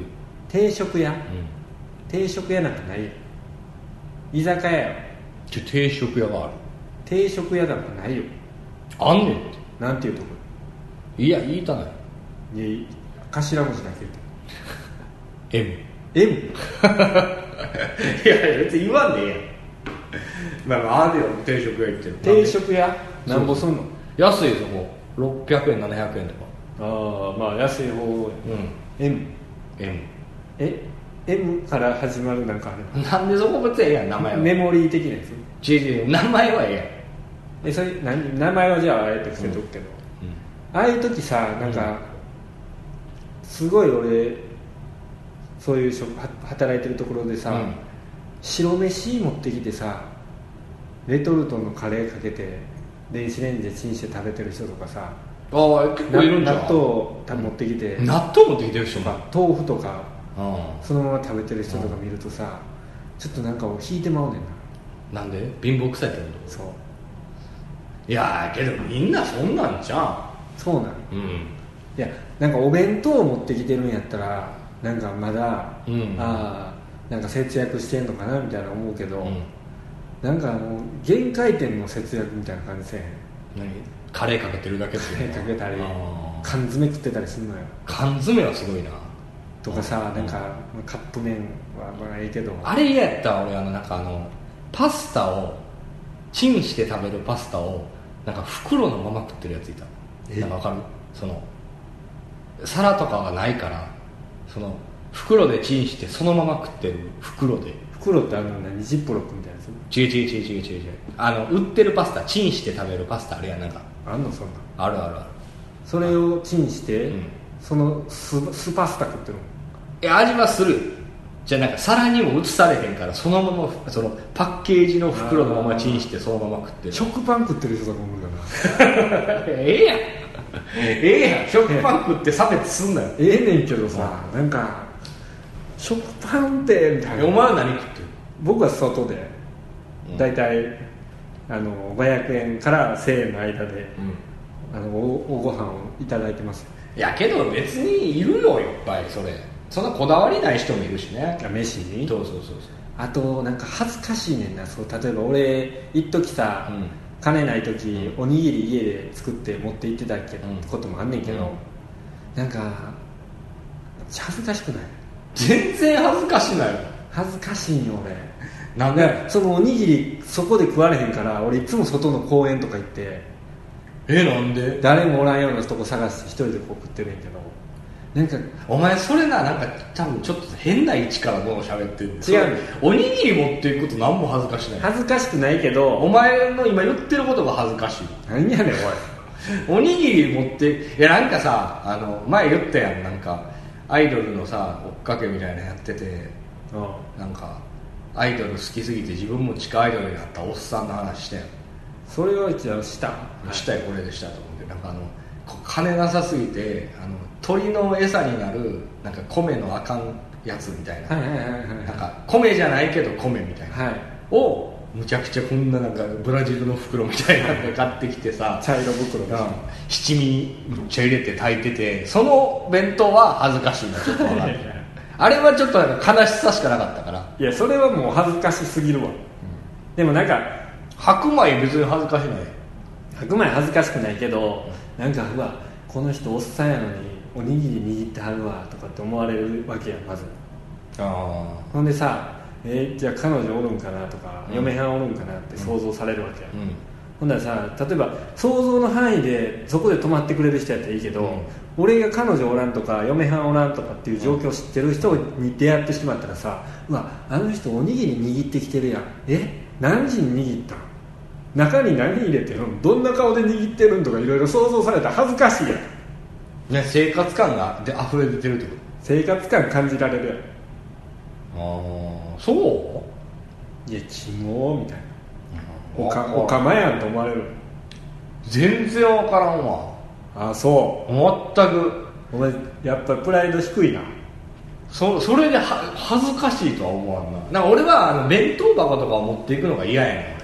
Speaker 1: 定食屋
Speaker 2: うん、
Speaker 1: 定食屋なんかないよ居酒屋よ
Speaker 2: ちょ定食屋がある
Speaker 1: 定食屋なんかないよ
Speaker 2: あんねんっ
Speaker 1: なんていうとこ
Speaker 2: ていや言いたない
Speaker 1: に頭文字だけ言って
Speaker 2: [laughs] M
Speaker 1: M
Speaker 2: いや別に言わんでえ [laughs] えやんまああるよ定食屋行ってる
Speaker 1: 定食屋なんぼすんの
Speaker 2: 安いそこ600円700円とか
Speaker 1: ああまあ安い方
Speaker 2: うん
Speaker 1: M
Speaker 2: M
Speaker 1: え M から始まるなんかあれ
Speaker 2: なんでそこ別にええやん名前は
Speaker 1: メモリー的なやつ
Speaker 2: 違う違う名前はええやん
Speaker 1: えそれ何名前はじゃああえて伏せとくけど、ああいう時さなんか、すごい俺そういう職は働いてるところでさ、
Speaker 2: うん
Speaker 1: 白飯持ってきてさレトルトのカレーかけて電子レンジでチンして食べてる人とかさ
Speaker 2: ああ結
Speaker 1: な
Speaker 2: 構いるんじゃ
Speaker 1: 納
Speaker 2: ん
Speaker 1: 豆を持ってきて、と
Speaker 2: 納豆持ってきてる人も
Speaker 1: か豆腐とか
Speaker 2: う
Speaker 1: そのまま食べてる人とか見るとさ、ちょっとなんかを引いてまうねんなん
Speaker 2: なんで貧乏くさいってこ
Speaker 1: そう
Speaker 2: といやーけどみんなそんなんじゃん
Speaker 1: そうなの
Speaker 2: うん
Speaker 1: いやなんかお弁当を持ってきてるんやったらなんかまだ、
Speaker 2: うん
Speaker 1: ああなんか節約してんのかなみたいな思うけど、
Speaker 2: うん
Speaker 1: なんかあの限界点の節約みたいな感じせえ
Speaker 2: 何カレーかけてるだけって
Speaker 1: へ
Speaker 2: い
Speaker 1: ん
Speaker 2: う
Speaker 1: かけたり
Speaker 2: あー
Speaker 1: 缶詰食ってたりすんのよ
Speaker 2: 缶詰はすごいな
Speaker 1: とかさ
Speaker 2: うん
Speaker 1: なんかまあカップ麺はまあええけど
Speaker 2: あれ嫌やったわ俺あのなんかあのパスタをチンして食べるパスタをなんか袋のまま食ってるやついた
Speaker 1: え
Speaker 2: なんかわかるその皿とかはないからその袋でチンしてそのまま食ってる袋で
Speaker 1: 袋ってあるの何ジップロックみたいなやつ
Speaker 2: 違う違う違う違う違う違うあの売ってるパスタチンして食べるパスタあれやんなんか
Speaker 1: あんのそんなん
Speaker 2: あるあるある
Speaker 1: それをチンして、
Speaker 2: うん
Speaker 1: そのススパスタ食ってるの
Speaker 2: いや味はするじゃあなんか皿にも移されへんからそのままそのパッケージの袋のままチンしてそのまま食ってる
Speaker 1: 食パン食ってる人とか思うよな
Speaker 2: ええやんええやん食パン食って差別すんなよ
Speaker 1: ええねんけどさなんか食パンってみたいな
Speaker 2: お前は何食ってる
Speaker 1: 僕は外で
Speaker 2: うん
Speaker 1: 大体、あの500円から1000円の間であのおおご飯をいただいてます
Speaker 2: いやけど別にいるよいっぱいそれそんなこだわりない人もいるしね
Speaker 1: あ飯に
Speaker 2: そうそうそうそう
Speaker 1: あとなんか恥ずかしいねんなそう例えば俺一時さ、
Speaker 2: うん
Speaker 1: 金ない時、おにぎり家で作って持って行ってたけ、
Speaker 2: うん
Speaker 1: こともあんねんけど、
Speaker 2: うん
Speaker 1: なんか恥ずかしくない
Speaker 2: 全然恥ずかしないよ
Speaker 1: 恥ずかしいんよ俺
Speaker 2: なん
Speaker 1: だからそのおにぎりそこで食われへんから俺いつも外の公園とか行って
Speaker 2: えなんで
Speaker 1: 誰もおらんようなとこ探して一人でこう食ってるんやけどなんか
Speaker 2: お前それななんか多分ちょっと変な位置からどう喋ってる
Speaker 1: 違う
Speaker 2: おにぎり持っていくこと何も恥ずかしない
Speaker 1: 恥ずかしくないけ
Speaker 2: お
Speaker 1: ど
Speaker 2: 前の今言ってることが恥ずかしい
Speaker 1: 何やねん
Speaker 2: [laughs]
Speaker 1: おい
Speaker 2: おにぎり持っていやなんかさあの前言ったやんなんかアイドルのさ追っかけみたいなのやってて
Speaker 1: うん
Speaker 2: なんかアイドル好きすぎて自分も地下アイドルになったおっさんの話したやん、
Speaker 1: それを一応した
Speaker 2: したよこれでしたと思ってなんかあのこ金なさすぎてあの鳥の餌になるなんか米のあかんやつみたいな、
Speaker 1: はいはいはいはい
Speaker 2: なんか米じゃないけど米みたいな、
Speaker 1: はい
Speaker 2: をむちゃくちゃこんななんかブラジルの袋みたいなので買ってきてさ
Speaker 1: 茶色袋で
Speaker 2: うん七味むっちゃ入れて炊いててその弁当は恥ずかしいなちょっと分かんないあれはちょっとなんか悲しさしかなかったから
Speaker 1: いやそれはもう恥ずかしすぎるわ、でもなんか
Speaker 2: 白米別に恥ずかしない
Speaker 1: 白米恥ずかしくないけどなんかうわこの人おっさんやのにおにぎり握ってはるわとかって思われるわけやんまず
Speaker 2: ああ
Speaker 1: ほんでさえーじゃあ彼女おるんかなとか、
Speaker 2: うん
Speaker 1: 嫁はんおるんかなって想像されるわけや、ん
Speaker 2: うん
Speaker 1: ほんならさ例えば想像の範囲でそこで泊まってくれる人やったらいいけど、
Speaker 2: うん
Speaker 1: 俺が彼女おらんとか嫁はんおらんとかっていう状況を知ってる人に出会ってしまったらさうわあの人おにぎり握ってきてるやんえ何時に握ったん中に何入れてるんどんな顔で握ってるんとかいろいろ想像されたら恥ずかしいやん
Speaker 2: ね生活感がで溢れ出てるってこ
Speaker 1: 生活感感じられるやん
Speaker 2: とああそう
Speaker 1: いやキモーみたいなおかおかまやんと思われる
Speaker 2: 全然分からんわ
Speaker 1: ああそ
Speaker 2: 全く
Speaker 1: うお前やっぱプライド低いな
Speaker 2: そそれでは恥ずかしいとは思わんななんか俺はあの弁当箱とかを持っていくのが嫌やね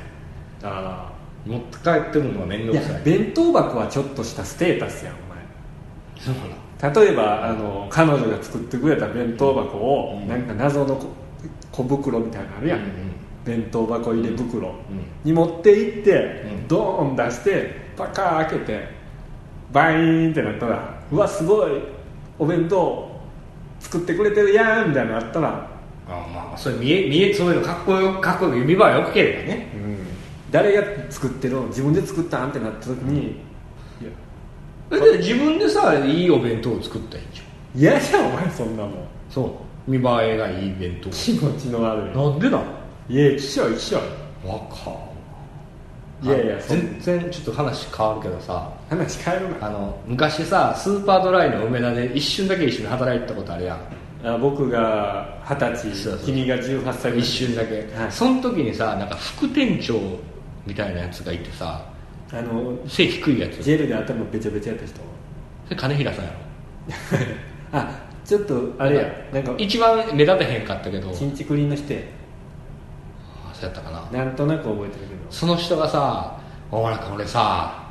Speaker 2: ん
Speaker 1: あ
Speaker 2: 俺持って帰ってくるのが面
Speaker 1: い
Speaker 2: 倒
Speaker 1: や
Speaker 2: くさい
Speaker 1: 弁当箱はちょっとしたステータスやんお
Speaker 2: そうな
Speaker 1: 前例えばあの彼女が作ってくれた弁当箱を、
Speaker 2: うん
Speaker 1: なんか謎のこ小袋みたいなのあるやん、
Speaker 2: うんうん
Speaker 1: 弁当箱入れ袋
Speaker 2: うん
Speaker 1: に持って行って、
Speaker 2: うん
Speaker 1: ドーン出してパカー開けてバイーンってなったらうわすごいお弁当作ってくれてるやんみたいなのあったら、
Speaker 2: あまあそれ見え見えそういうのかっこよかっこよく見栄えよくければね
Speaker 1: うん誰が作ってるの自分で作ったんってなった時に、いや
Speaker 2: それで自分でさいいお弁当を作ったらいいじゃん
Speaker 1: 嫌じゃんお前そんなもん
Speaker 2: そう見栄えがいい弁当
Speaker 1: 気持ちの悪い
Speaker 2: なんでなの
Speaker 1: いや、きしょい、きしょい。
Speaker 2: わかん
Speaker 1: いやいや
Speaker 2: あの
Speaker 1: そん
Speaker 2: 全然ちょっと話変わるけどさ
Speaker 1: 話変える
Speaker 2: あの昔さスーパードライの梅田で一瞬だけ一緒に働いてたことあるやん
Speaker 1: な。あ僕が二十
Speaker 2: そうそう
Speaker 1: 歳、君が18歳ぐらい
Speaker 2: 一瞬だけ、
Speaker 1: はい
Speaker 2: その時にさなんか副店長みたいなやつがいてさ
Speaker 1: あの、
Speaker 2: 背低いやつ
Speaker 1: ジェルで頭べちゃべちゃやった人。
Speaker 2: それ金平さんやろ
Speaker 1: [laughs] あ、ちょっと、あれや、なんか、
Speaker 2: 一番目立てへんかったけど
Speaker 1: ちんちくりんの人や
Speaker 2: あそうやったかな
Speaker 1: なんとなく覚えてる
Speaker 2: その人がさ「お前なんか俺さ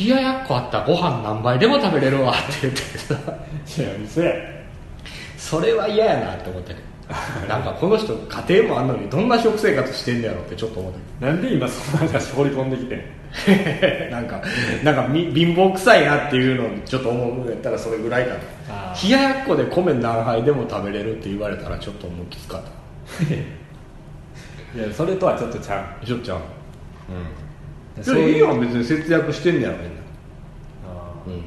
Speaker 2: 冷ややっこあったらご飯何杯でも食べれるわって言ってさ
Speaker 1: いや嘘や
Speaker 2: それは嫌やなって思 [laughs] ったけどなんかこの人家庭もあんのにどんな食生活してんだやろってちょっと思った
Speaker 1: なんで今そんな話放り込んできてん
Speaker 2: けど [laughs] なんかなんかみ貧乏くさいなっていうのをちょっと思うやったらそれぐらいか
Speaker 1: あ
Speaker 2: な
Speaker 1: ー
Speaker 2: 冷ややっこで米何杯でも食べれるって言われたらちょっともうきつかった
Speaker 1: いやそれとはちょっとちゃ
Speaker 2: しょっちゃんうん
Speaker 1: う
Speaker 2: それいいやん別に節約してんねやろみんな
Speaker 1: あー
Speaker 2: うん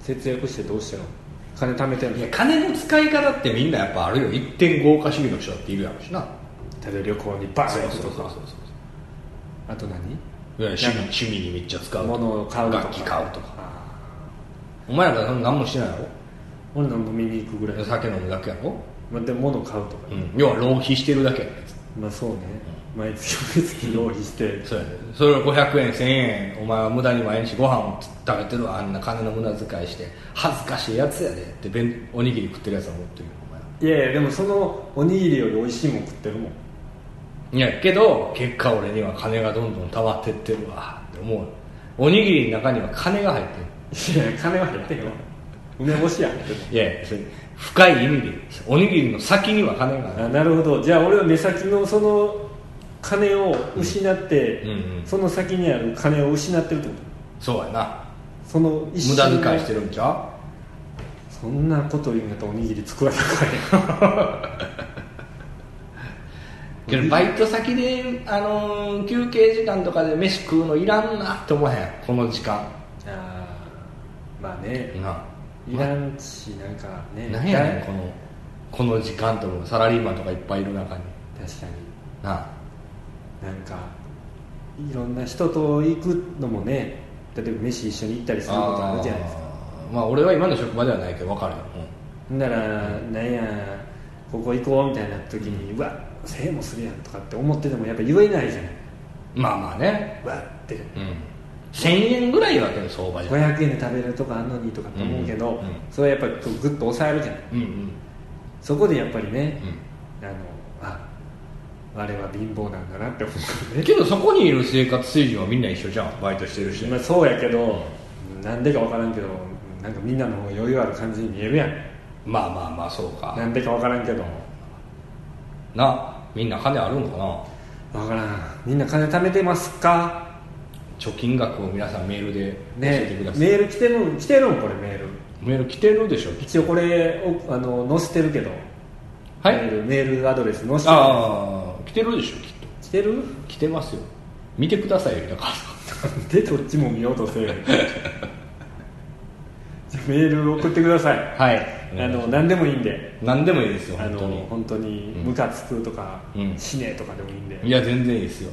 Speaker 1: 節約してどうしてんの金貯めてんの
Speaker 2: いや金の使い方ってみんなやっぱあるよ一点豪華主義の人だっているやろしな
Speaker 1: 例えば旅行にバーン行くとかあと何
Speaker 2: いや趣味趣味にめっちゃ使うとか
Speaker 1: 物を買うとか
Speaker 2: 楽器買うとか
Speaker 1: あ
Speaker 2: お前らが何もしてないや
Speaker 1: ー俺飲みに行くぐら
Speaker 2: ろ
Speaker 1: い、
Speaker 2: 酒飲むだけやろ、
Speaker 1: まあ、でも物買うとか、
Speaker 2: うん、要は浪費してるだけやね
Speaker 1: まあそうね毎月毎月浪費して
Speaker 2: そうやねそれを500円1000円お前は無駄に毎日ご飯を食べてるわあんな金の無駄遣いして恥ずかしいやつやでって弁おにぎり食ってるやつは思ってるよお前
Speaker 1: いやいやでもそのおにぎりより美味しいもん食ってるもん
Speaker 2: いやけど結果俺には金がどんどん溜まってってるわって思うおにぎりの中には金が入って
Speaker 1: いや金は入ってへんわ梅干しやでも
Speaker 2: るいやいやそれ深い意味でおにぎりの先には金がある
Speaker 1: あなるほどじゃあ俺は目先のその金を失って、
Speaker 2: うんうん
Speaker 1: その先にある金を失ってるってこと
Speaker 2: そうやな
Speaker 1: その一
Speaker 2: 無
Speaker 1: 瞬
Speaker 2: 駄
Speaker 1: で
Speaker 2: 遣いしてるんちゃ
Speaker 1: そんなこと言うんやったらおにぎり作らなあかん
Speaker 2: うけどバイト先で、あのー休憩時間とかで飯食うのいらんなって思わへんこの時間
Speaker 1: やんあーまあね
Speaker 2: ない
Speaker 1: らんしなんかね
Speaker 2: 何やねん
Speaker 1: だ
Speaker 2: このこの時間とかサラリーマンとかいっぱいいる中に
Speaker 1: 確か
Speaker 2: なあ
Speaker 1: になんかいろんな人と行くのもね例えば飯一緒に行ったりすることあるじゃないですか
Speaker 2: あーまあ俺は今の職場ではないけど分かるよ、うん
Speaker 1: ほんならなんやここ行こうみたいな時に、うわ1000円もするやんとかって思っててもやっぱ言えないじゃない
Speaker 2: まあまあね、
Speaker 1: うわって
Speaker 2: うん、1000円ぐらいはけど相場じゃん
Speaker 1: 500円で食べれるとこあんのにとかって思うけど、
Speaker 2: うんうん
Speaker 1: それはやっぱりこうグッと抑えるじゃない
Speaker 2: うんうん
Speaker 1: そこでやっぱりね、
Speaker 2: う
Speaker 1: あのあ我は貧乏なんだなって思うか
Speaker 2: んけどそこにいる生活水準はみんな一緒じゃんバイトしてるし、
Speaker 1: らね、まあ、そうやけどなんでか分からんけどなんかみんなの方が余裕ある感じに見えるやん
Speaker 2: まあまあまあそうか
Speaker 1: なんでか分からんけど
Speaker 2: なみんな金あるのかな
Speaker 1: 分からんみんな金貯めてますか
Speaker 2: 貯金額を皆さんメールで教え
Speaker 1: ね
Speaker 2: てください、
Speaker 1: メール来てる来てるんこれメール
Speaker 2: メール来てるでしょきっ
Speaker 1: 一応これおあの載せてるけど、
Speaker 2: とは
Speaker 1: メ
Speaker 2: い
Speaker 1: ールメールアドレス載せてる
Speaker 2: ああ来てるでしょきっ
Speaker 1: 来
Speaker 2: と
Speaker 1: てる
Speaker 2: 来てますよ見てくださいよだか
Speaker 1: でどっちも見ようとせえへんじゃ [laughs] あメール送ってください
Speaker 2: らはい
Speaker 1: あの何でもいいんで
Speaker 2: 何でもいいですよ
Speaker 1: あ
Speaker 2: 本
Speaker 1: の
Speaker 2: 当に
Speaker 1: 本当にムカつくとか、
Speaker 2: うん
Speaker 1: 死ねとかでもいいんで、
Speaker 2: いや全然いいですよ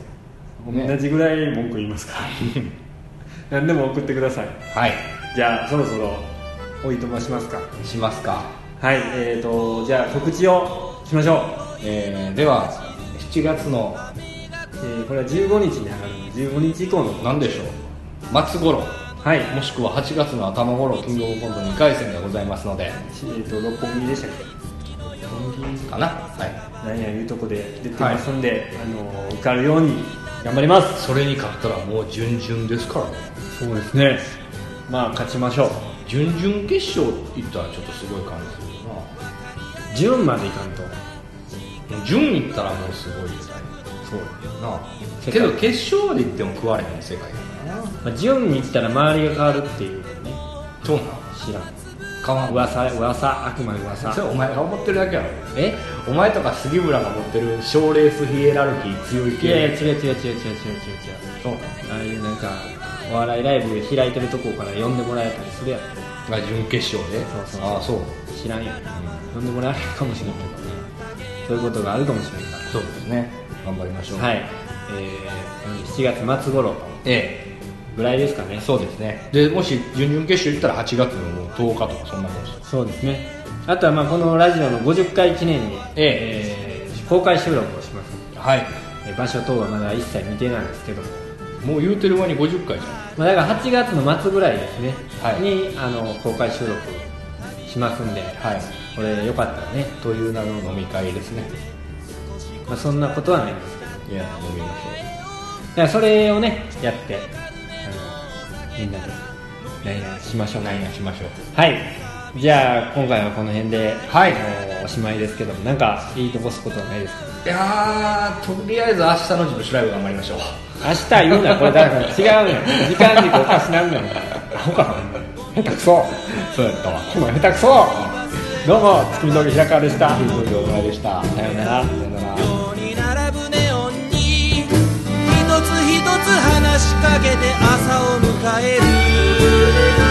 Speaker 1: 同じぐらい文句言いますから [laughs] 何でも送ってください
Speaker 2: はい
Speaker 1: じゃあそろそろおいとましますか
Speaker 2: しますか
Speaker 1: はいえー、とじゃあ告知をしましょう、
Speaker 2: えーでは7月の
Speaker 1: えーこれは15日に上がるので15日以降の
Speaker 2: 何でしょう末頃
Speaker 1: はい、
Speaker 2: もしくは8月の頭頃キングオブコント2回戦がございますので
Speaker 1: えー、と六本木でしたっ
Speaker 2: かなはい
Speaker 1: けなんやいうとこで出てますんで、あの受かるように頑張ります
Speaker 2: それに勝ったらもう準々ですからね
Speaker 1: そうですねまあ勝ちましょう
Speaker 2: 準々決勝いったらちょっとすごい感じするよ
Speaker 1: 順までいかんと
Speaker 2: なもう準いったらもうすごい時代
Speaker 1: そう
Speaker 2: なけど決勝までいっても食われへん世界だからな
Speaker 1: まあ、ジオンに行ったら周りが変わるっていうのね
Speaker 2: そうなん
Speaker 1: 知らん
Speaker 2: 変わん
Speaker 1: 噂噂あくまで噂
Speaker 2: それお前が思ってるだけやろえお前とか杉村が持ってる賞レースヒエラルキー強い
Speaker 1: い
Speaker 2: 系
Speaker 1: やいや違う違う違う違う違う違う違う
Speaker 2: そうな
Speaker 1: ああいうなんかお笑いライブ開いてるとこから呼んでもらえたりするやん
Speaker 2: まあ準決勝で
Speaker 1: そうそうそう
Speaker 2: ああそう
Speaker 1: 知らんやん、呼んでもらえるかもしれんけどねそういうことがあるかもしれんか
Speaker 2: そうですね頑張りましょう
Speaker 1: らはいえー、7月末頃
Speaker 2: え
Speaker 1: ぐらいですかね
Speaker 2: えそうですねでもし準々決勝行ったら8月のもう10日とかそんなもんです
Speaker 1: そうですねあとはまあこのラジオの50回記念に、
Speaker 2: え
Speaker 1: えー公開収録をします
Speaker 2: はい
Speaker 1: えー場所等はまだ一切未定なんですけども
Speaker 2: もう言うてる間に50回じゃ
Speaker 1: まあ、だから8月の末ぐらいですね、
Speaker 2: はい
Speaker 1: にあの公開収録しますんで、
Speaker 2: んはい
Speaker 1: これよかったらね、
Speaker 2: という名の飲み会ですね
Speaker 1: まあ、そんなことはないんですけどだ
Speaker 2: いや飲みましょ
Speaker 1: からそれをねやってあのみんなでないないしましょう
Speaker 2: 何やしましょう
Speaker 1: はいじゃあ今回はこの辺で、
Speaker 2: はい
Speaker 1: あのおしまいですけどもなんか言い残すことはないですか
Speaker 2: いやーとりあえず明日の自分ライブ頑張りましょう
Speaker 1: 明日言うなこれだから違うのよ時間軸おかしなんのよアホか下手くそ
Speaker 2: そうやったわ
Speaker 1: お前下手くそどうも月見峠平川でしたさ
Speaker 2: 以上でしたさ
Speaker 1: ようなら
Speaker 2: よなら
Speaker 3: ように並ぶネオンに一つ一つ話しかけて朝を迎える